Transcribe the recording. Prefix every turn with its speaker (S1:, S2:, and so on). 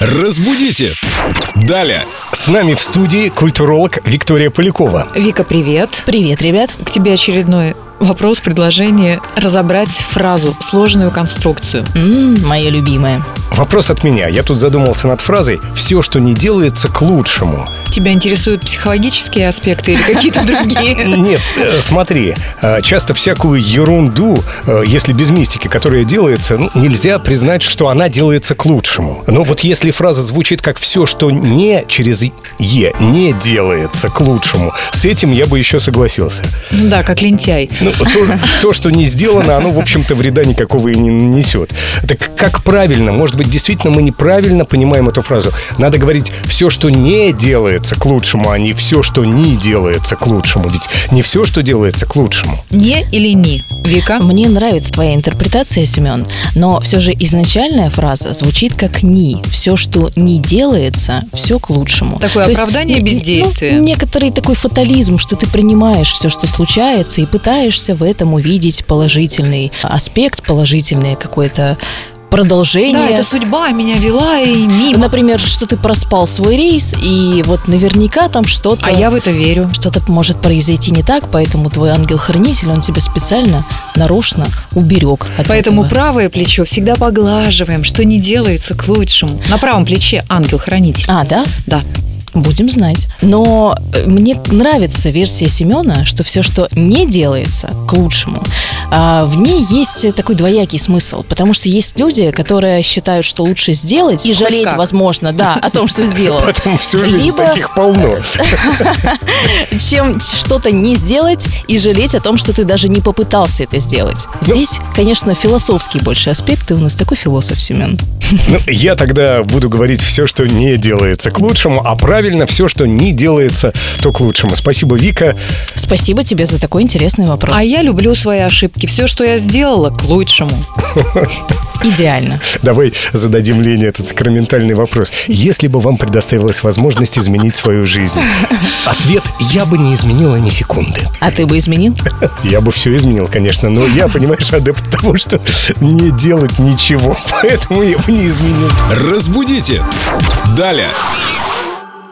S1: Разбудите! Далее! С нами в студии культуролог Виктория Полякова.
S2: Вика, привет.
S3: Привет, ребят.
S2: К тебе очередной вопрос, предложение разобрать фразу, сложную конструкцию.
S3: М, мое любимое.
S1: Вопрос от меня. Я тут задумался над фразой «Все, что не делается, к лучшему».
S2: Тебя интересуют психологические аспекты или какие-то другие?
S1: Нет, э, смотри, э, часто всякую ерунду, э, если без мистики, которая делается, ну, нельзя признать, что она делается к лучшему. Но вот если фраза звучит как «все, что не через «е», не делается к лучшему», с этим я бы еще согласился.
S2: Ну да, как лентяй.
S1: Ну, то, то, что не сделано, оно, в общем-то, вреда никакого и не нанесет. Так как правильно? Может быть, действительно мы неправильно понимаем эту фразу. Надо говорить все, что не делается к лучшему, а не все, что не делается к лучшему. Ведь не все, что делается к лучшему.
S2: Не или не? Вика?
S3: Мне нравится твоя интерпретация, Семен, но все же изначальная фраза звучит как «ни». Все, что не делается, все к лучшему.
S2: Такое
S3: есть,
S2: оправдание
S3: ну,
S2: бездействия.
S3: ну, некоторый такой фатализм, что ты принимаешь все, что случается, и пытаешься в этом увидеть положительный аспект, положительное какое-то продолжение.
S2: Да, это судьба меня вела и мимо.
S3: Например, что ты проспал свой рейс, и вот наверняка там что-то...
S2: А я в это верю.
S3: Что-то может произойти не так, поэтому твой ангел-хранитель, он тебя специально, нарочно уберег от
S2: Поэтому
S3: этого.
S2: правое плечо всегда поглаживаем, что не делается к лучшему. На правом плече ангел-хранитель.
S3: А, да?
S2: Да.
S3: Будем знать. Но э, мне нравится версия Семена, что все, что не делается, к лучшему. А в ней есть э, такой двоякий смысл, потому что есть люди, которые считают, что лучше сделать и
S2: Хоть
S3: жалеть,
S2: как.
S3: возможно, да, о том, что сделал.
S1: Поэтому всю жизнь
S3: Либо-
S1: таких полно.
S3: чем что-то не сделать и жалеть о том, что ты даже не попытался это сделать. Здесь, конечно, философский больше аспект. Ты у нас такой философ, Семен.
S1: Ну, я тогда буду говорить все, что не делается к лучшему, а правильно все, что не делается, то к лучшему. Спасибо, Вика.
S3: Спасибо тебе за такой интересный вопрос.
S2: А я люблю свои ошибки. Все, что я сделала, к лучшему.
S3: Идеально.
S1: Давай зададим Лене этот сакраментальный вопрос. Если бы вам предоставилась возможность изменить свою жизнь? Ответ – я бы не изменила ни секунды.
S3: А ты бы изменил?
S1: Я бы все изменил, конечно, но я, понимаешь, адепт того, что не делать ничего. Поэтому я бы не изменил.
S4: Разбудите! Далее!